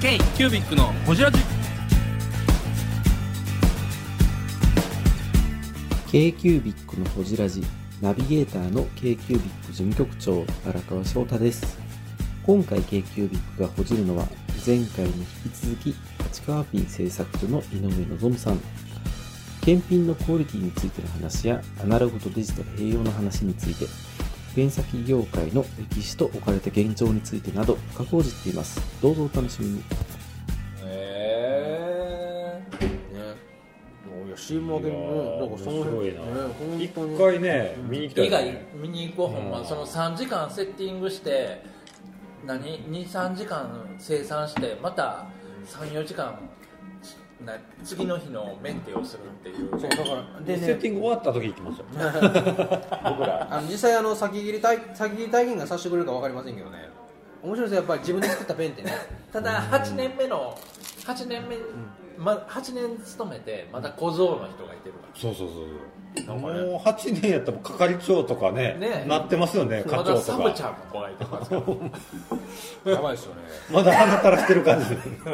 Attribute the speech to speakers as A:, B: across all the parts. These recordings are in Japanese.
A: ケイキュービックのホジラジ
B: k q b i c のほじラジナビゲーターの k q b i c 事務局長荒川翔太です今回 k q b i c がほじるのは前回に引き続き立川ピン製作所の井上望さん検品のクオリティについての話やアナログとデジタル併用の話についてペン先業界の歴史と置かれた現状についてなど深く応じていますどうぞお楽しみに
C: へえねもう吉本でもねなんかその
D: い
C: 辺
D: やー面
C: ね
D: 一
C: 本当に
D: 回ね、見に来た
E: 以
D: よ
E: 外
D: ね。
E: 見に行こうほんま、
D: うん
E: その3時間セッティングして何23時間生産してまた34時間な次の日のメンテをするっていう
C: そうだからで
D: セッテ
C: ね
D: ィング終わった時行きましたよ。僕ら。
C: あの実際あの先切り体先切り体験がさせてくれるかわかりませんけどね面白いですよやっぱり自分で作ったペンってね
E: ただ8年目の8年目、ま、8年勤めてまだ小僧の人がいてるか
D: そうそうそうそう。もう八年やったら係長とかね
E: ね
D: なってますよね、
E: らま
D: 課長
E: だ
D: と
E: サブち
D: か。
E: ゃんも怖いとかさ
C: やばいですよね
D: まだ鼻垂らしてる感じ。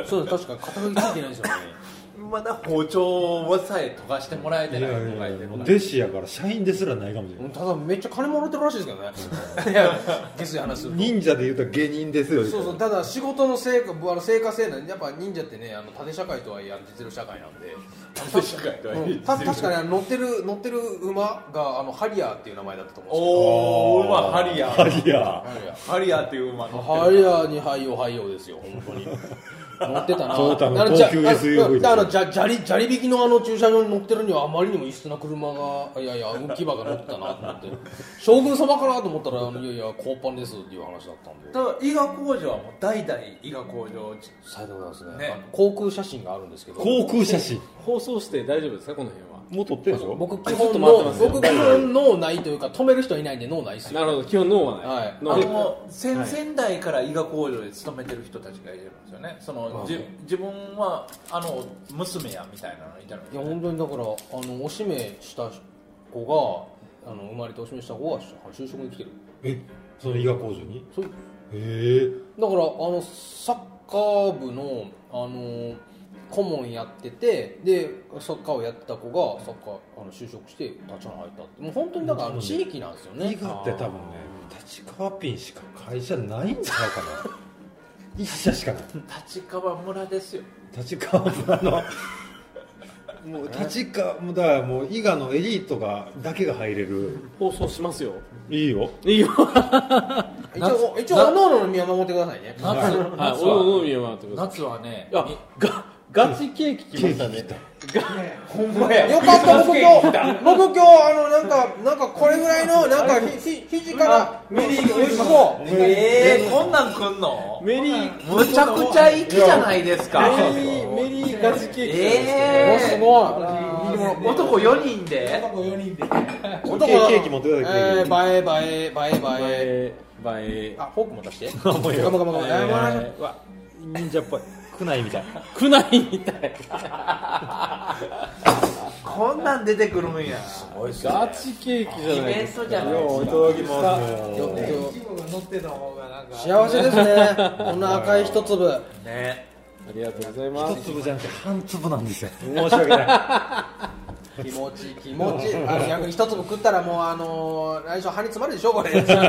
C: そうです確か肩書きついてないですよね
E: まだ包丁をさえ研がしてもらえて
D: い
E: な
D: や
E: い
D: い
E: 子が
D: や
E: い
D: い
E: てる
D: や、も
E: か
D: う
E: ら
D: 弟子やから社員ですらないかもしれ
C: う
D: なんい。
C: ただめっちゃ金もらってるらしいですけどねいやゲスい話すると
D: 忍者で言うと芸人ですよ。
C: そうそうただ仕事の成果あの成果性能やっぱ忍者ってねあの縦社会とはいえあの実力社会なんで
E: 縦社会とはいえ
C: うんた確かにあの乗ってる乗ってる馬があのハリアーっていう名前だったと思うんで
E: おお馬ハリア
D: ハ
E: ー
D: リア
C: すよ
E: ハリアーっていう馬乗ってる
C: ハリアーに「はいよはいよ」ですよ本当に乗ってたな
D: トヨタの
C: あ
D: 高級
C: じゃ
D: SUV
C: あのじゃ砂利砂利引きのあの駐車場に乗ってるにはあまりにも異質な車がいやいや浮き場が乗ってたなと思って将軍様かなと思ったらあの「いやいや甲板です」っていう話だったんで
E: ただ伊賀工場はもう代々伊賀工場
C: 最後でございますね
E: ね
C: あの航空写真があるんですけど
D: 航空写真。
A: 放送して大丈夫ですかこの辺は
D: もう撮ってるでしょ
C: 僕基
A: ずっと
C: 本
A: 回って
C: の
A: ますよ
C: 僕基本脳ないというか止める人いないんで脳ないっすよ
A: なるほど基本脳はない、
C: はい
A: 脳
E: あ
A: は
E: の先々代から伊賀工場で勤めてる人たちがいるんですよねそのじ自分はあの娘やみたいなのいたの
C: いや本当にだからあのおしめした子があの生まれておしめした子があの就職に来てる
D: え、その伊賀工場に
C: そうだか
D: へえ。
C: らあのサッカー部のあの顧問やっててでサッカーをやってた子がサッカーあの就職して立ち入ったってもう本当にだからあの地域なんですよね
D: 伊賀って多分ね、立川ピンしか会社ない んちゃうかな。一社しかない。
E: 立川村ですよ
D: 立川村のもう立川もうだからもう伊賀のエリートがだけが入れる
A: 放送しますよ
D: いいよ
A: いいよ
C: 一応一応各々の身は守ってくださいね
E: 夏
A: はい
E: 夏
A: 俺の脳
E: は
A: みはってこと
E: 夏はね
A: あがガチケーキ来ましたね
E: ほんまや
C: よかった僕今日僕今日あのなんかなんかこれぐらいのなんかひひ肘から
E: メリーク
C: 美
E: リ
C: 味し
E: スマス
C: そう
E: えー、こんなん来んの
A: メリー
E: むちゃくちゃ粋じゃないですか
A: メリーメリーガチケーキ来ましたね
E: えー、
C: すごい
E: 男4人で
D: ケーキケーキ持ってください
C: え
D: ケー
C: ー、映え映え映え映え
A: えーバイ
C: あフォークも出して
D: キもう
C: ガ
D: よ
C: ムガムガム
D: え
C: ガム
D: ーうわ忍者っぽいくないみたい
A: くないみたい
E: こんなん出てくるんや
A: ガチケーキじ
E: イ
A: ゃな
E: ベ
A: いで
E: ン
A: す
E: トじゃない
D: いただきます
C: 幸せですねこの赤い一粒
E: ね
A: ありがとうございます
D: 一粒じゃなくて半粒なんですよ申し訳ない
C: 気持ちいい気持ちいい あの逆に一粒食ったらもうあのー、来週歯に詰まるでしょこれ種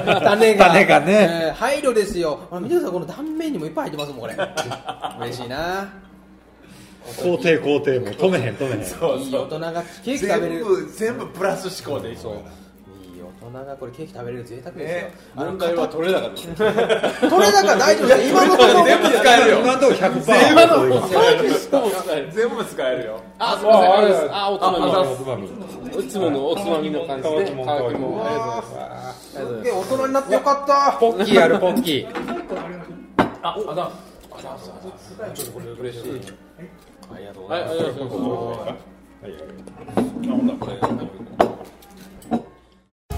C: が
D: 種がね
C: えー配慮ですよあ見てくださいこの断面にもいっぱい入ってますもんこれ 嬉しいな
D: 肯定肯定もう止めへん止めへん
C: いい大人がケーキ食べれ
E: 全
C: る
E: 部全部プラス思考でい
C: そう
E: こ
C: いい大人がこれケーキ食べれる贅沢
E: う
C: ですよ、
E: ね問題は取れなかった
C: 取れ高大丈夫です今のところ
E: 全部使えるよ
D: 今のところ100%
E: 今のも
D: 今
E: 全部使えるよ
A: あすいませんありがとうございますあおつ
D: の
A: ま
D: おつまみ
A: みいつものおつまみの感じで
D: 乾きもん乾きもん
A: ありがとうございます
C: で大人になってよかった
D: ポッキーあるポッキー
E: ああだ
A: はい、ありがとうございます。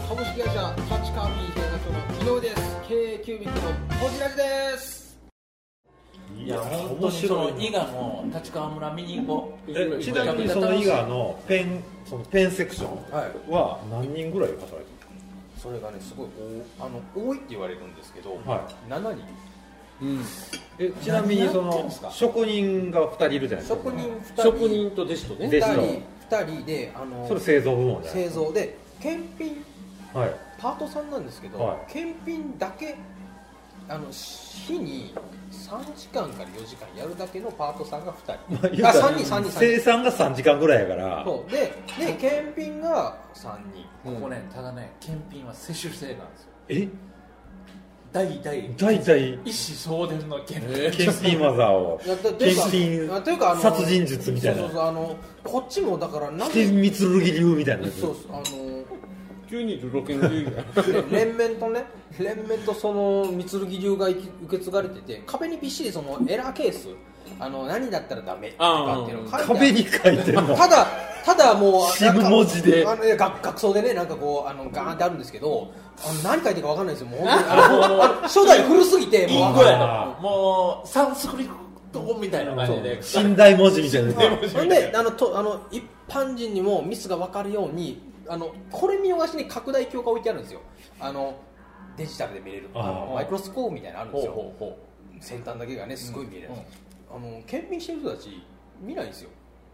C: 株式会社立川民生活の井上です経営キュービックのこじらじです
E: いや本当にその伊賀の立川村見に行こう
D: えちなみにその伊賀のペンそのペンセクション
C: はい
D: は何人ぐらい働いてる
C: それがねすごい多あの多いって言われるんですけど、
D: は
C: 7人
D: えちなみにそ
C: 何やってん
D: の
C: すか
D: 職人が2人いるじゃないですか
C: 職人2人
A: 職人と弟子とね
D: で
C: 2
D: すよ
C: 人二人であの
D: それ製造部門じゃない
C: 製造で検品
D: はい
C: パートさんなんですけど、
D: は
C: 検品だけあの日に3時間から4時間やるだけのパートさんが2人、
D: まあ言うたら
C: 3人3人3
D: 生
C: 人
D: 産が3時間ぐらいやから
C: そうでで検品が3人
E: ここねただね検品は接種制なんですよ
D: え
E: 代々
D: 大体
E: 一子相伝の検品、
D: 検品技を
C: いやだというか
D: 検品
C: あというかあの
D: 殺人術みたい
C: そうそ
D: な
C: うそうあのこっちもだからなん
D: して
C: で
D: 三剣流みたいなやつ
C: そうそうあの
A: 急に露見でいいから
C: ね連綿とね連綿とその三剣流が受け継がれてて壁にびっしりそのエラーケースあの何だったらダメとかっていうのが書いてあ
D: 壁
C: る
D: に書いてんの
C: ただただもう
D: シブ文字で
C: あのいや学学装でねなんかこうあのガーンってあるんですけどあの何書いてるかわかんないですよもう本当にあのもうあの初代古すぎてもう
E: イン
C: わ
E: ゴ
C: かんない
E: やともうサンスクリット語みたいな感じで
D: そう寝台文字みたいなや
C: ほんであのとあの一般人にもミスが分かるようにあのこれ見逃しに拡大鏡が置いてあるんですよあのデジタルで見れるあの
D: あー
C: マイクロスコープみたいなのあるんですよ
E: ほうほうほ
C: 先端だけがねすごい見えるやつ、あの検品してる人たち見ないんですよ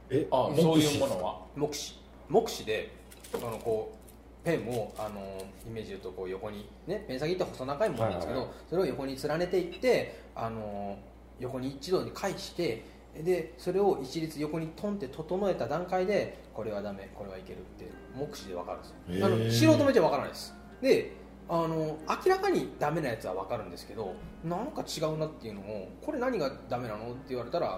D: え
E: ああそういうものは
C: 目視目視であのこうペンをあのイメージで言うとこう横にねペン先って細長いものなんですけど、
D: はい
C: それを横に連ねていってあの横に一度に返してでそれを一律横にトンって整えた段階でこれはダメこれはいけるって目視で分かるんですよ、
D: へー
C: あの素人目じゃ分からないですであの明らかにダメなやつは分かるんですけどなんか違うなっていうのをこれ何がダメなのって言われたらあ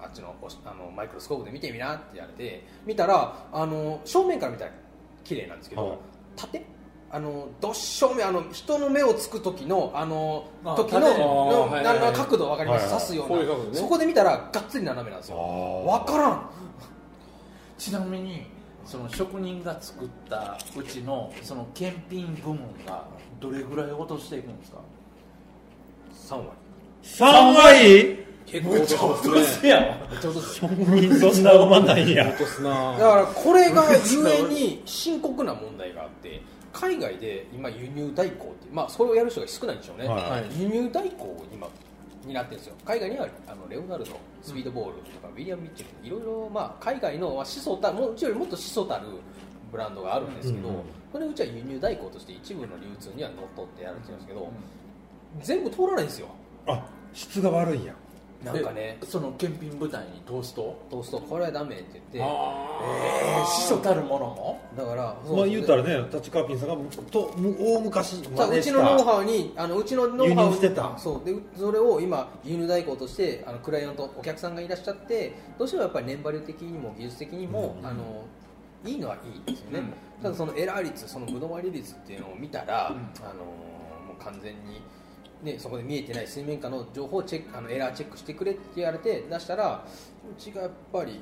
C: のあっちのおしあのマイクロスコープで見てみなって言われて見たらあの正面から見たら綺麗なんですけど、
D: はい
C: 縦あのどっしょめあの人の目をつく時のあの
E: あ
C: 時の
E: 縦ね
C: の
A: あーはい
C: な
A: はいはい
C: な角度わかります、
D: はいはい
C: 刺すよう
A: こう
C: な
A: いう角度ね
C: そこで見たらがっつり斜めなんですよわからん
E: ちなみにその職人が作ったうちのその検品部門がどれぐらい落としていくんですか
C: 3割
D: 3割
A: 結構落とすね
E: や
C: ちょうどだ
D: そんな馬ないや
A: 落とすな
C: からこれがゆえに深刻な問題があって海外で今輸入代行ってまあそれをやる人が少ないんでしょうね、
D: はい
C: 輸入代行を今になってるんですよ海外にはあのレオナルドスピードボールとかウィリアム・ミッチェルとかいろいろ、まあ、海外のまあ始祖たもうちよりもっと始祖たるブランドがあるんですけど、
D: うんうん
C: これうちは輸入代行として一部の流通には乗っ取ってやるって言うんですけど、全部通らないんですよ
D: あ質が悪いんや
C: なんかね
E: でその検品部隊に通すと
C: トーストこれはダメって言って
A: あ
E: えー、師匠たるものも
C: だからそう
D: まあ言うたらねタッチカーピンさんがとむ大昔
C: さ
D: 真似
C: う
D: した
C: ちのノウハウにあのうちのノウハウ
D: 輸入してた
C: そうでうそれを今輸入代行としてあのクライアントお客さんがいらっしゃってどうしてもやっぱり年バリュー的にも技術的にも、あのいいのはいいですよね、
E: うん
C: ただそのエラー率その無止まり率っていうのを見たら、
E: うん
C: あのもう完全に。ね、そこで見えてない水面下の情報をチェックあのエラーチェックしてくれって言われて出したらうちがやっぱり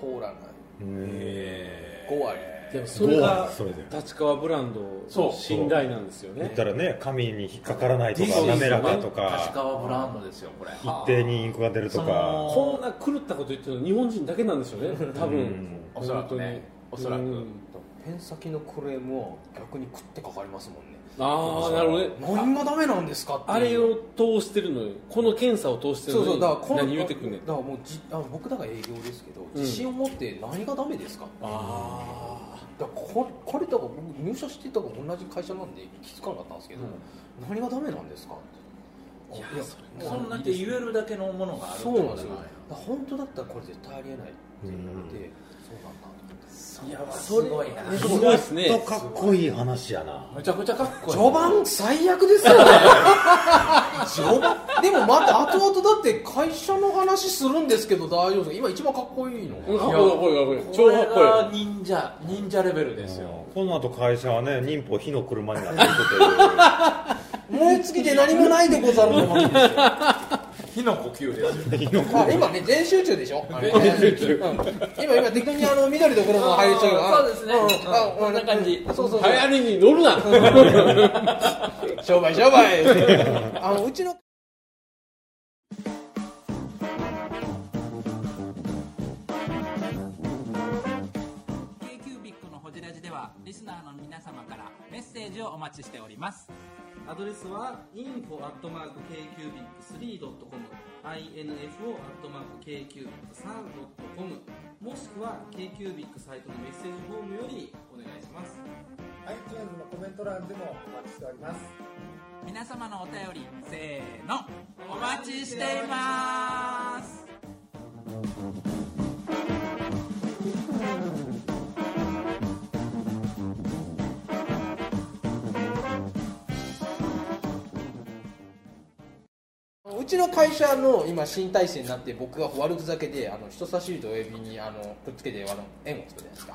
C: 通らない5割
A: あでもそ
D: そ
A: れ
D: れ
A: が
D: がそれで
A: 立川ブランド
E: そ
A: の
E: う
A: 信頼なんですよ
D: 言っ
A: ね
D: たらね紙に引っかからないと
A: そ
D: か
A: うです
D: 滑
A: ね
D: らかと
E: 立
D: か
E: 川ブランドですよこれ
D: 一定にインクが出るとか
E: そ
A: こんな狂ったこと言ってるの日本人だけなんですよね多分
E: おそらくねおそらく
A: うん
C: ペン先のクレームは逆に食ってかかりますもんね
A: ああなるほどね
C: 何がダメなんですかっていう
A: あれを通してるのよこの検査を通してる
C: そ
A: の
C: う
A: に
C: そうだからこの
A: 何言うてくんねん
C: だからもうじあ僕だから営業ですけど
A: ん
C: 自信を持って何がダメですか、だか
A: あ
C: らここれとか僕入社してたから同じ会社なんで気づかなかったんですけど、何がダメなんですかっていや
E: うそんなって言えるだけのものがあるって
C: そ
E: こ
C: う
E: と
C: なんです
E: だ
C: よ
E: よ
C: だから本当だったらこれ絶対ありえないって言われて、そうなんだと思って
E: いやすごいな
A: あすごいですね
D: とかっこいい話やな
E: めちゃくちゃかっこいい
C: 序盤最悪ですよね序盤でもまた後々だって会社の話するんですけど大丈夫ですか今一番かっこいいの
A: うんかっこいいかっこいいかっこいい
E: こ
A: 超か
E: れ
A: っこ
E: が忍者忍者レベルですよ
D: この後会社はね忍法火の車になってい
C: 燃え尽きて何もないでござるの 巻ですよ
E: 火の呼吸ですよ
C: あ今ね全集中でしょあれうん今今適当にあの緑と黒の入りちゃう
E: あーそうですね
C: んあ
E: うんこんな感じ
C: そうそうそう
A: いい流行りに乗るな
C: 商売商 売あのうちの
F: キュービックのホジラジではリスナーの皆様からメッセージをお待ちしておりますアドレスは info.kcubic3.com info.kcubic3.com もしくは KQBIC サイトのメッセージフォームよりお願いします
G: iTunes のコメント欄でもお待ちしております
H: 皆様のお便りせーのお待ちしています
C: うちの会社の今新体制になって僕が悪ふざけであの人差し指と親指にあのくっつけてあの円を作るじゃないですか、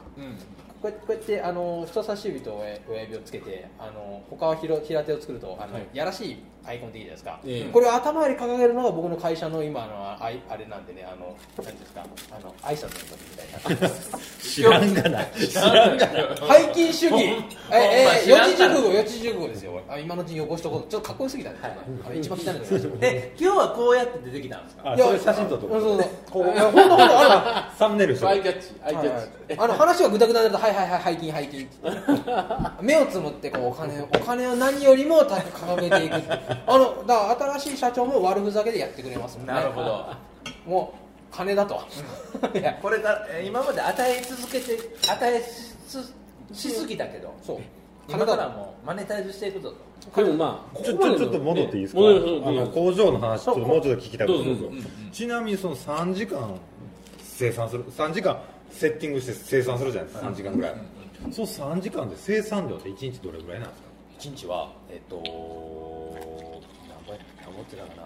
C: こうやってこうやってあの人差し指と親親指をつけてあの他はひろ平手を作るとあの、やらしいアイコンでいいじゃないですか、
A: ええ
C: これを頭より掲げるのが僕の会社の今のあいあれなんでねあの何ていうんですかあの挨拶の時みたいな
D: 知らんがな。
C: 背筋主義え
E: ほ
C: え
E: んま知
C: 四
E: らん
C: 字
E: か
C: 熟語四字熟語ですよあ今のうちに汚しとこうちょっとかっこよすぎたね、あの一番汚いのです
E: え今日はこうやって出てきたんですか
D: あ、
C: いや
D: それ写真撮っと
C: そう
D: こ。
C: そううそうこうほんとほんとあの
D: サムネイルし
A: ア
D: と
A: イ
D: こ
A: キャッチアイキャッチ
C: あの話はぐだぐだだと「はいはいはい背筋背筋」 目をつむってこうお金をお金を何よりも高く掲げていくって あのだから新しい社長も悪ふざけでやってくれますもんね
E: なるほど
C: もう金だと いや
E: これがえ今まで与え続けて与えししすぎたけど
C: そう金
E: 今
C: だ
E: か
C: と
E: らもうマネタイズしていくぞと
A: でもまあこ
D: ち
A: こ
D: ょ
A: ま
D: ちょ
A: での
D: ちょっと戻っていいですか、
A: ね戻る
D: あの
A: 戻る
D: 工場の話ちょっともうちょっと聞きたいこと
A: どうぞどうぞ
D: ちなみにその3時間生産する3時間セッティングして生産するじゃないですか3時間ぐらい、そう3時間で生産量って1日どれぐらいなんですか
C: 1日はえっと何ぼや何ぼってたかな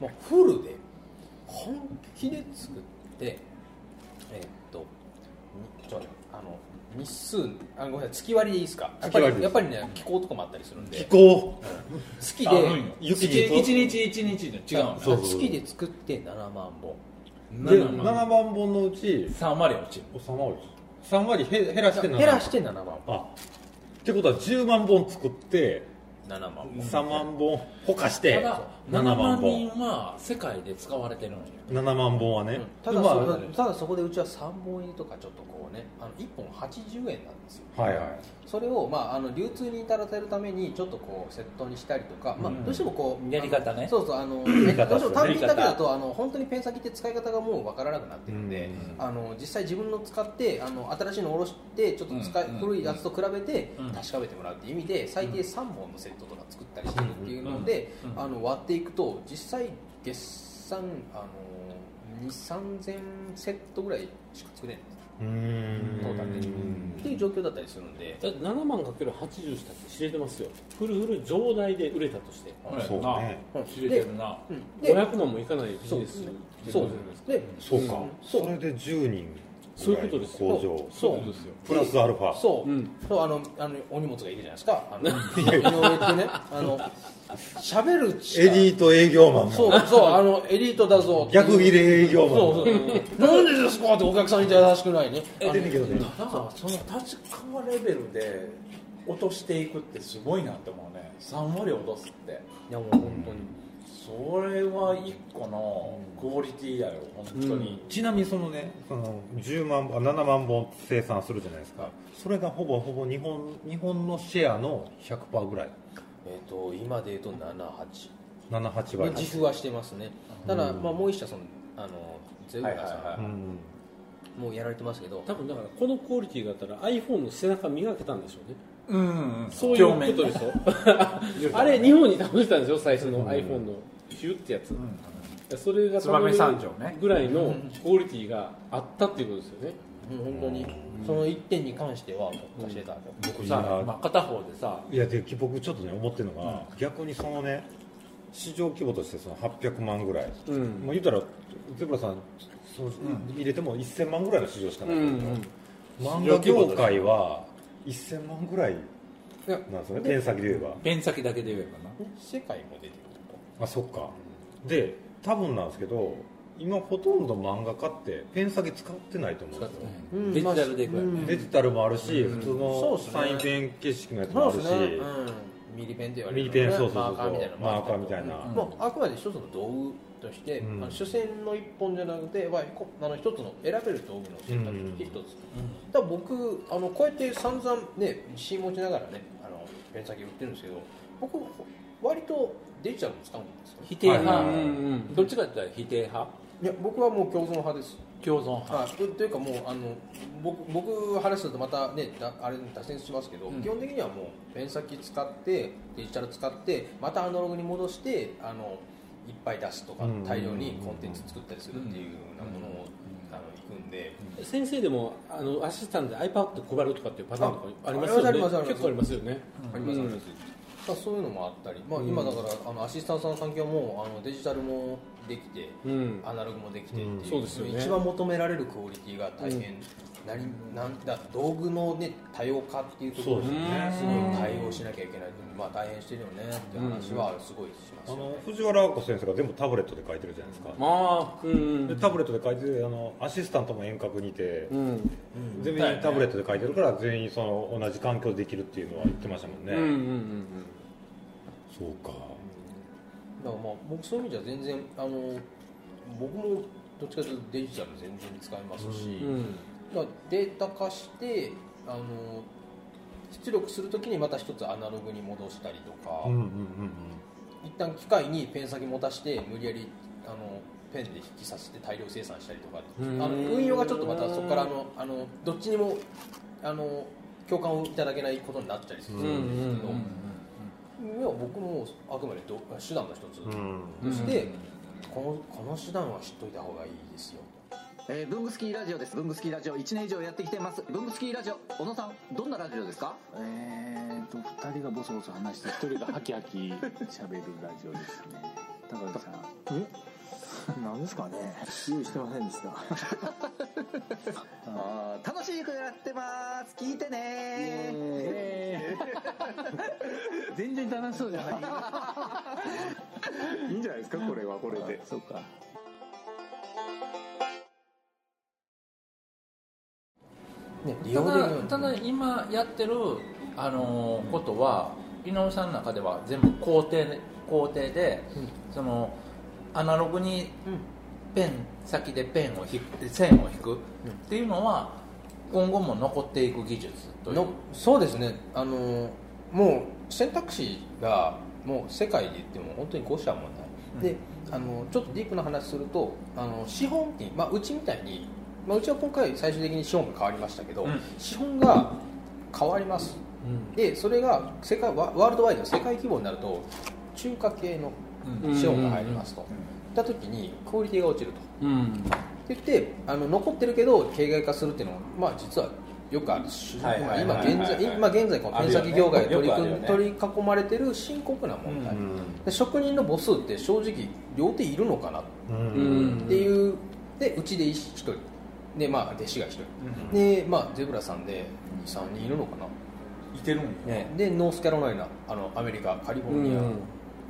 C: もうフルで本気で作ってえっとにちょっとあの日数あごめんなさい月割りでいいですかやっぱ
D: 月割りで
C: り
D: す
C: やっぱりね気候とかもあったりするんで
D: 気候
C: 月
E: あ
C: で
E: うん
D: 雪
E: 一
D: と
E: 一日一日の違うんだ
D: そうそうそう
C: 月で作って7万本
D: で7万本のうち
E: 3割落ちる
D: お3割3割へ減らして7万
C: 減らして7万本
D: あってことは10万本作って
C: 7万本
D: 3万本ほかしたて
E: だ
D: 7
E: 7
D: 万
E: 万
D: 本
E: 人は世界で使われてるんや
D: 7万本はね、
C: ただ
D: まあ
C: そこただそこでうちは3本入りとかちょっとこうねあの1本80円なんですよ
D: はいはい
C: それを、まあ、あの流通に至らせるためにちょっとこうセットにしたりとか、まあ
E: うん、
C: どうしてもこう
E: やり方ね
C: そうそうあの
D: り方
C: どうしても単
D: やり
C: 品
E: 方
C: だけだとあの本当にペン先って使い方がもう分からなくなってるんで、
D: う
C: あの実際自分の使ってあの新しいのを下ろしてちょっと使い、
E: うん
C: 古いやつと比べて
E: うん
C: 確かめてもらうっていう意味で最低3本のセットとか作ったりしてるっていうので、
E: うんうん
C: あの割っていくと実際月産あの2 3 0 0 0セットぐらいしか作れない
D: ーん
C: トータルでっていう状況だったりするんで。
A: 7万かける80したって知れてますよフルフル上代で売れたとして
D: そうね
E: 知れてるな
C: うんで
A: 500万もいかないビジネス
C: そうで
D: そうか、
A: うん
D: それで10人
A: そういうことです
D: 工場
C: そう
A: すよ
D: プラスアルファ
C: そう,、
A: うん
C: そうあのあのお荷物がいるじゃないですかあの井上ってねあの喋る
D: エ
C: ー
D: リート営業マン
C: そ
D: も
C: うそうあのエリートだぞっていう
D: 逆切れ営業マン
C: そ
D: も
C: うそうなんでですかってお客さんに優しくないねあ
E: え
C: の
D: 出てけどね
E: ただその立川レベルで落としていくってすごいなって思うね3割落とすって
C: いやもう本当に
E: それは一個のクオリティやよ本当に、
D: ちなみにそのねその10万本あ7万本生産するじゃないですかそれがほぼほぼ日本日本のシェアの100%ぐらい
C: えっ、と今で言うと78
D: 78
C: まあ
D: 倍
C: 自負はしてますねただ、まあ、もう一社そのあのゼウガさん、
E: はいはいは
D: うん
C: もうやられてますけど
A: 多分だからこのクオリティがあったら iPhone の背中磨けたんでしょうね
E: うん、
A: そういうことでしょあれ日本に倒したんでしょ最初の iPhone のヒュッってやつ、それが
E: 燕三条ね
A: ぐらいのクオリティがあったっていうことですよね
C: もう本当にその一点に関しては特化してた、
D: 僕
E: さ
D: さ
E: まあ、片方でさ
D: いやで僕ちょっとね思ってるのが、逆にそのね市場規模としてその800万ぐらい、
A: うん
D: もう言うたら池村さんそう、入れても1000万ぐらいの市場しかない、漫画業界は1000万ぐらいなんですよねペン先で言えば
E: ペン先だけで言えばな
C: 世界も出てくると
D: あそっかで多分なんですけど今ほとんど漫画家ってペン先使ってないと思うんですよ
C: うん
E: デジタルでいくやんね、
D: デジタルもあるし、普通
C: そう
D: の
C: っすね
D: サインペン形式のやつも
C: そ
D: あ
C: う
D: る
C: で
D: し、
C: すね、うん、ミリペンって言われる
D: ミリペンそうそうそう
C: マーカーみたいな
D: マーカーみたいな
C: うんもうあくまで一つの道具として、
D: うん
C: あの主戦の一本じゃなくて、まあ、こあの一つの選べる道具の選択肢の一つ、だから僕あのこうやって散々ね自信持ちながらねあのペン先売ってるんですけど僕割とデジタルも使うんですよ
E: 否定派、
D: はいはいはい
E: どっちかって言ったら否定派
C: いや僕はもう共存派です
E: 共存派
C: はい、とというかもうあの僕僕話するとまたねだあれ脱線しますけど、
E: うん
C: 基本的にはもうペン先使ってデジタル使ってまたアナログに戻してあのいっぱい出すとか
D: うん
C: 大量にコンテンツ作ったりするっていうようなものを、あの行くんで、
A: 先生でもあのアシスタントで iPad 配るとかっていうパターンとかあります
C: ああり
A: よ
C: ますあります
A: ね結構ありますよね
C: あります
A: うん
C: ありますまあ、そういうのもあったり、まあ、今だからあのアシスタントの環境もあのデジタルもできて
A: うん
C: アナログもできてっていう,、
D: うん
A: そうですよね
C: 一番求められるクオリティが大変、なりなんだ道具の、ね、多様化っていうところに
D: そうです
A: ね
C: すごい対応しなきゃいけないのに、まあ、大変してるよねって話はすごいします
D: あ
C: よね
D: の藤原亜子先生が全部タブレットで書いてるじゃないですか、
A: ああうんう
D: で
A: ん
D: タブレットで書いててあのアシスタントも遠隔にいて、
A: うん
D: 全員タブレットで書いてるから全員その同じ環境でできるっていうのは言ってましたもんね、
A: うんうんうん
D: そうか
C: だからまあ僕そういう意味じゃ全然あの僕もどっちかというとデジタル全然使いますし、
A: うんうん
C: だからデータ化してあの出力するときにまた一つアナログに戻したりとか、
D: うんうん
C: 一旦機械にペン先持たして無理やりあのペンで引きさせて大量生産したりとかあ
A: うん
C: の運用がちょっとまたそこからあのあのどっちにもあの共感をいただけないことになったりするん
A: うんうん
C: ですけ
A: うん
C: ど、いや僕もあくまでど手段の一つ
D: うんうんうん
C: として、このこの手段は知っといた方がいいですよ
I: えー、文具スキーラジオです文具スキーラジオ1年以上やってきてます文具スキーラジオ小野さんどんなラジオですか
J: えーと2人がボソボソ話して1人がハキハキ喋るラジオですね高橋さんえなんですかね用意してませんで した
I: あー楽しくやってます聞いてね
J: 全然楽しそうじゃ ないいいんじゃないですかこれはこれでそうか
C: ね利
E: た
C: 用でき
E: だ
C: るように
E: ただ今やってる、あのーことは井上さんの中では全部工程で工程で、そのアナログにペン、先でペンを引く線を引くっていうのは今後も残っていく技術という
C: のそうですねあのもう選択肢がもう世界で言っても本当に5社もない、であのちょっとディープな話するとあの資本金、まあ、うちみたいに、まあ、うちは今回最終的に資本が変わりましたけど、
E: うん
C: 資本が変わります、でそれが世界ワワールドワイドの世界規模になると中華系の資本が入りますと、いった時にクオリティが落ちると。
A: うん
C: って言ってあの残ってるけど形骸化するっていうのは、まあ、実はよくあるし、
E: はいはい
C: 今
E: はい
C: 現
E: はい
C: 在今現在この
E: あ
C: ペ
E: る
C: ン
E: よ
C: 先
E: ね
C: 業界が取り
E: よくあ
C: 組
E: る
C: む
E: よね
C: 取り囲まれてる深刻な問題、
D: うん
C: で職人の母数って正直両手いるのかなっ
D: うん
A: うんうん
C: ていう、でうちで1人で、まあ、弟子が1人、で、まあ、ゼブラさんで23人いるのかな、
E: いてるんよ
C: ね、でノースカロライナあのアメリカカリフォルニア、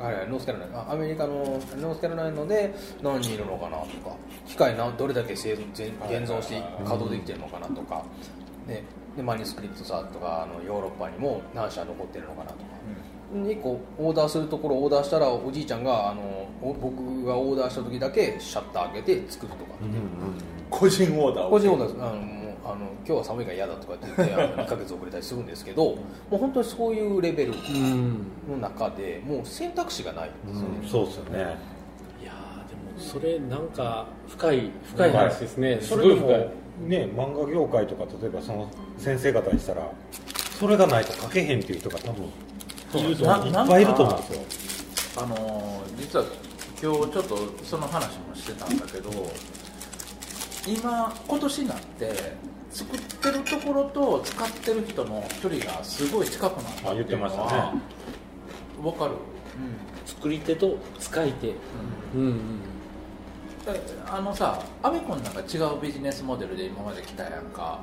C: はいはい、ノースカロライナアメリカのノースカロライナで何人いるのかなとか機械などれだけ生存全現存して稼働できてるのかなとか、ね、でマニスクリプトさんとかあのヨーロッパにも何社残ってるのかなとか、1個オーダーするところオーダーしたらおじいちゃんがあのお僕がオーダーした時だけシャッター開けて作るとか、
E: 個人オーダー
C: 個人オーダーですあのもうあの今日は寒いから嫌だとかって言ってあの1ヶ月遅れたりするんですけどもう本当にそういうレベル
A: うん
C: の中でもう選択肢がないんですよね、
D: うんそうですよね
A: いやーでもそれなんか深い深い話ですね、す
D: そ
A: ご
D: れで
A: い
D: も
A: 深い
D: ね漫画業界とか例えばその先生方にしたらそれがないと書けへんっていう人が多分いると思ういっ
E: な
D: ぱいいると思うんですよ
E: あのー実は今日ちょっとその話もしてたんだけど今今年になって作ってるところと使ってる人の距離がすごい近くなった
D: あ言ってましたね
E: わかる
A: 作り手と使い手うんうん
E: えあのさアメコンなんか違うビジネスモデルで今まで来たやんか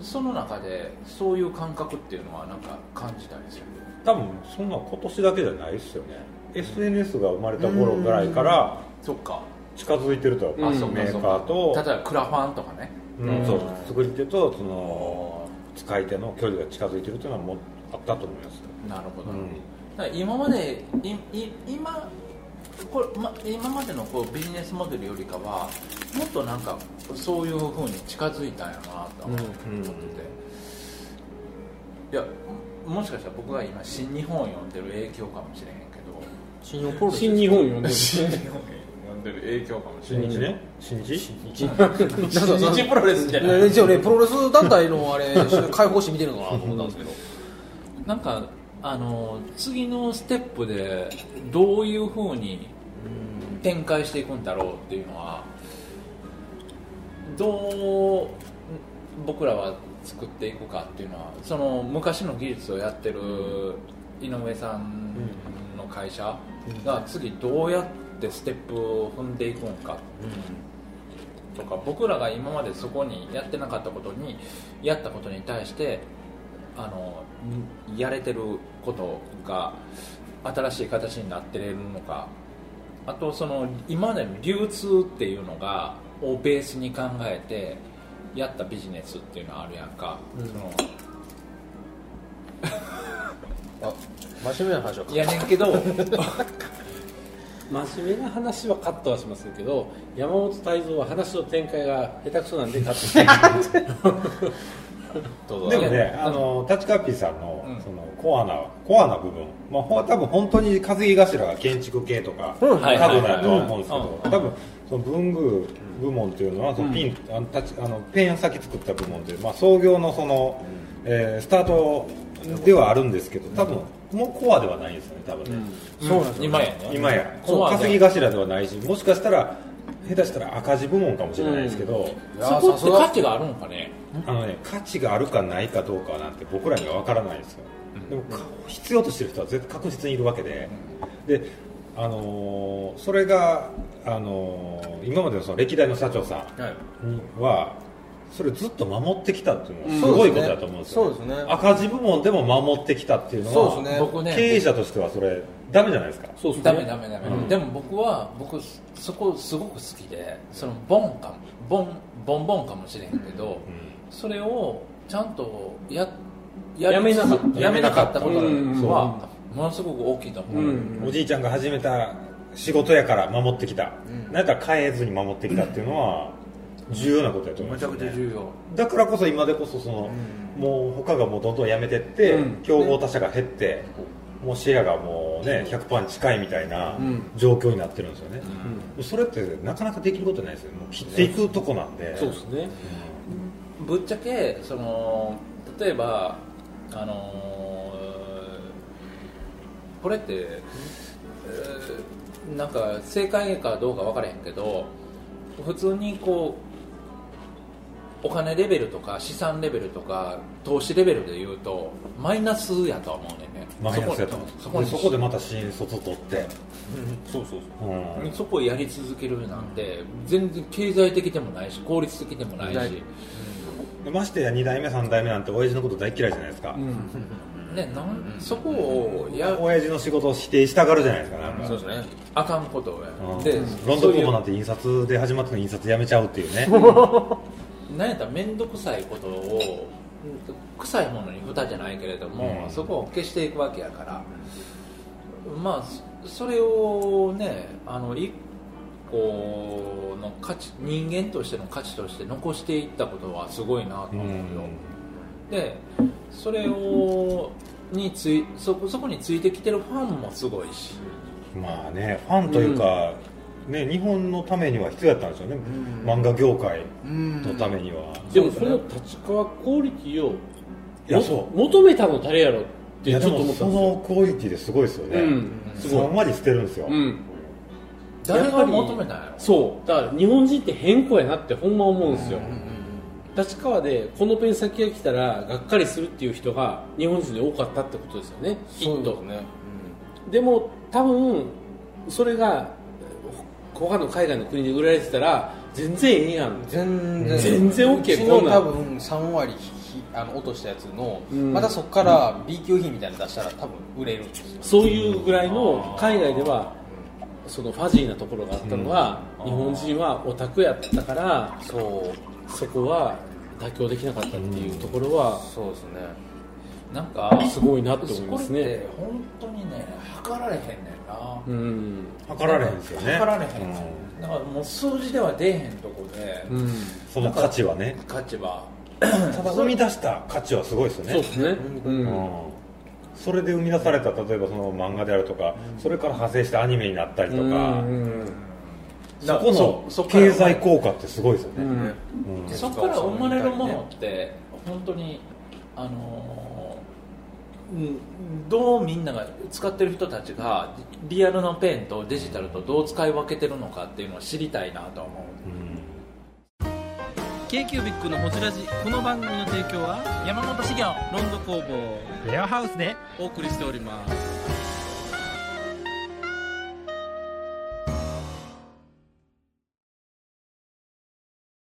E: その中でそういう感覚っていうのはなんか感じたりする
D: 多分そんな今年だけじゃないですよね SNS が生まれた頃ぐらいから
E: そっか
D: 近づいてるとは
E: あそっ
D: メ
E: かそ
D: ー
E: っ
D: カ
E: か
D: ーと
E: 例えばクラファンとかね
D: うん、そう作り手とその使い手の距離が近づいてるというのはもうあったと思います
E: なるほど、
D: うん
E: だから今までいい今これ、ま、今までのこうビジネスモデルよりかはもっとなんかそういうふうに近づいたんやなと思ってて、いやもしかしたら僕が今新日本を読んでる影響かもしれへんけど
A: 新日本プロレス新日本読ん でる
E: 新日本読んでる影響かもしれない
D: 新日ね新日
E: 新日プロレスじゃない
C: ね一応ねプロレス団体のあれ解放誌見てるのかなと思ったんですけど
E: なんかあの次のステップでどういうふうに展開していくんだろうっていうのはどう僕らは作っていくかっていうのはその昔の技術をやってる井上さんの会社が次どうやってステップを踏んでいくんか、とか僕らが今までそこにやってなかったことにやったことに対してあのやれてることが新しい形になってれるのかあとその今までの流通っていうのがをベースに考えてやったビジネスっていうのはあるやんか、うん、その
C: あ真面目な話はい
E: やねんけど
A: 真面目な話はカットはしませんけど山本泰造は話の展開が下手くそなんでカットしてる
D: でもね、あの立川 P さんの,、そのコアなコアな部分、まあ、多分本当に稼ぎ頭が建築系とか、うん、過度だとは思うんですけど、多分その文具部門っていうのは、そのピンあのたちあのペン先作った部門で、まあ、創業のその、えー、スタートではあるんですけど多分、もうコアではないですよね多分ね、
E: そうなんです今やね
D: 今やそう稼ぎ頭ではないしもしかしたら下手したら赤字部門かもしれないですけど、
E: そこって価値があるのかね
D: あのね、価値があるかないかどうかなんて僕らには分からないですよ、でも必要としてる人は絶確実にいるわけで、であのー、それが、あのー、今までのその歴代の社長さんは、それずっと守ってきたっていうのはすごいことだと思うんですよ、ね、ね赤字部門でも守ってきたっていうのは、ね、僕ね、経営者としてはそれダメじゃないですか
E: そうです、ね、ダメダメダメ、うん、でも僕は僕そこすごく好きでそのボンかボンボンボンかもしれへんけど、うんそれをちゃんとや
A: やめなか
E: ったやめなかったことはものすごく大きいと思う、うん
D: うん、おじいちゃんが始めた仕事やから守ってきた、うん、なんか変えずに守ってきたっていうのは重要なことやと思います、
E: ね、めちゃくちゃ重要
D: だからこそ今でこそその、うん、もう他がもうどんどんやめてって、競合他社が減って、もうシェアがもうね100%に近いみたいな状況になってるんですよね、それってなかなかできることないですよもう切っていくとこなんで、
A: そうですね、
E: ぶっちゃけその例えばあのー、これって、えー、なんか正解かどうか分からへんけど普通にこうお金レベルとか資産レベルとか投資レベルでいうとマイナスやとは思うねんね
D: マイナスやとそこそこでまた新卒取って、
E: うん、そうそうそう、うん、そこをやり続けるなんて全然経済的でもないし効率的でもないし、
D: ましてや2代目3代目なんて親父のこと大嫌いじゃないですか、
E: ね、なんそこをや
D: 親父の仕事を否定したがるじゃないですかなんか
E: そうですねあかんことを
D: やでロンドン工房なんて印刷で始まっての印刷やめちゃうっていうね
E: なんやったら面倒くさいことを臭いものに蓋じゃないけれども、そこを消していくわけやからまあそれをねあの一この価値人間としての価値として残していったことはすごいなと思うよ、うん、でそれをについそこそこについてきてるファンもすごいし
D: まあねファンというか、うん、ね、日本のためには必要だったんですよね、うん、漫画業界のためには、
A: でもその立川クオリティをいやそう求めたの誰やろってちょっと思った
D: そのクオリティですごいですよね、うん、すごい3割捨てるんですよ、
E: 誰が求めたんや
A: そうだから日本人って変更やなってほんま思うんですよ、立川でこのペン先が来たらがっかりするっていう人が日本人で多かったってことですよねきっとね、うん、でも多分それが他の海外の国で売られてたら全然ええやん
C: 全然
A: 全然 OK こ
C: んなん多分3割あの落としたやつの、うん、またそこから B 級品みたいなの出したら多分売れるんですよ
A: そういうぐらいの海外では、そのファジーなところがあったのは、うん、日本人はオタクやったからそうそこは妥協できなかったっていうところは、
E: うん、そうですねなんか
A: すごいなって思いますね
E: 本当にね測られへんねんな、うん、
D: 測られへんですよね
E: 測られへん、うん、だからもう数字では出えへんとこで、うん、
D: その価値はね
E: 価値は
D: ただ生み出した価値はすごいですよね
A: そうですね、うん
D: それで生み出された例えばその漫画であるとか、それから派生してアニメになったりとか、そこの
E: そそっから
D: 経済効果ってすごいですよね、うん
E: そこから生まれるものって本当にあのーうんどうみんなが使ってる人たちがリアルのペンとデジタルとどう使い分けてるのかっていうのを知りたいなと思う
F: k q b i c のホジラジこの番組の提供は山本資源ロンド工房レアハウスでお送りしております